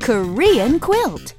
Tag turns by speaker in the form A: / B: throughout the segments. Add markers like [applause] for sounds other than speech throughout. A: Korean Quilt.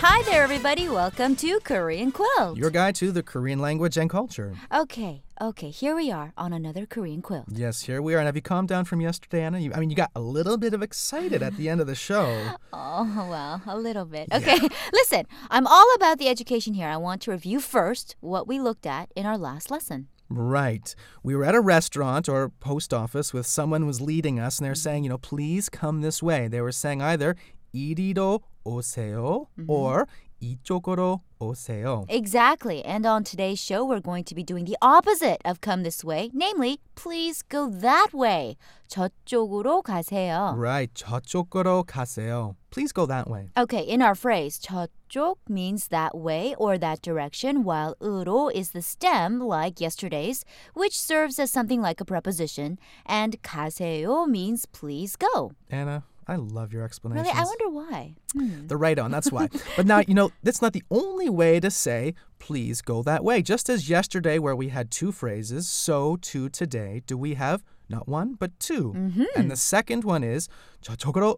A: Hi there, everybody. Welcome to Korean Quilt.
B: Your guide to the Korean language and culture.
A: Okay, okay, here we are on another Korean Quilt.
B: Yes, here we are. And have you calmed down from yesterday, Anna? You, I mean, you got a little bit of excited at the end of
A: [laughs]
B: the show.
A: Oh, well, a little bit. Okay, [laughs] listen, I'm all about the education here. I want to review first what we looked at in our last lesson.
B: Right. We were at a restaurant or post office with someone who was leading us, and they were saying, you know, please come this way. They were saying either 이리로 오세요
A: Mm-hmm.
B: or 이쪽으로 오세요.
A: Exactly. And on today's show, we're going to be doing the opposite of come this way, namely, please go that way. 저쪽으로 가세요.
B: Right. 저쪽으로 가세요. Please go that way.
A: Okay, in our phrase, 저쪽 means that way or that direction, while 으로 is the stem, like yesterday's, which serves as something like a preposition, and 가세요 means please go.
B: Anna, I love your explanations.
A: Really, I wonder why. Hmm.
B: The right on, that's why. but now, you know, that's not the only way to say, please go that way. Just as yesterday, where we had two phrases, so too today, do we have not one, but 2 And the second one is, 저쪽으로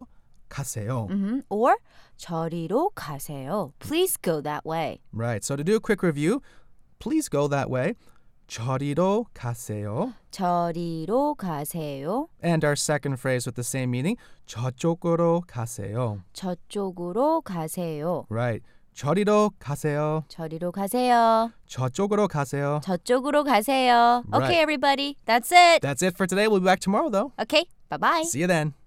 B: 가세요.
A: Mhm. Or 저리로 가세요. Please go that way.
B: Right, so to do a quick review, please go that way. 저리로 가세요.
A: 저리로 가세요.
B: And our second phrase with the same meaning, 저쪽으로 가세요.
A: 저쪽으로 가세요.
B: Right. 저리로 가세요.
A: 저리로 가세요.
B: 저쪽으로 가세요.
A: 저쪽으로 가세요.
B: Right.
A: Okay, everybody. That's it.
B: That's it for today. We'll be back tomorrow, though.
A: Okay. Bye bye.
B: See you then.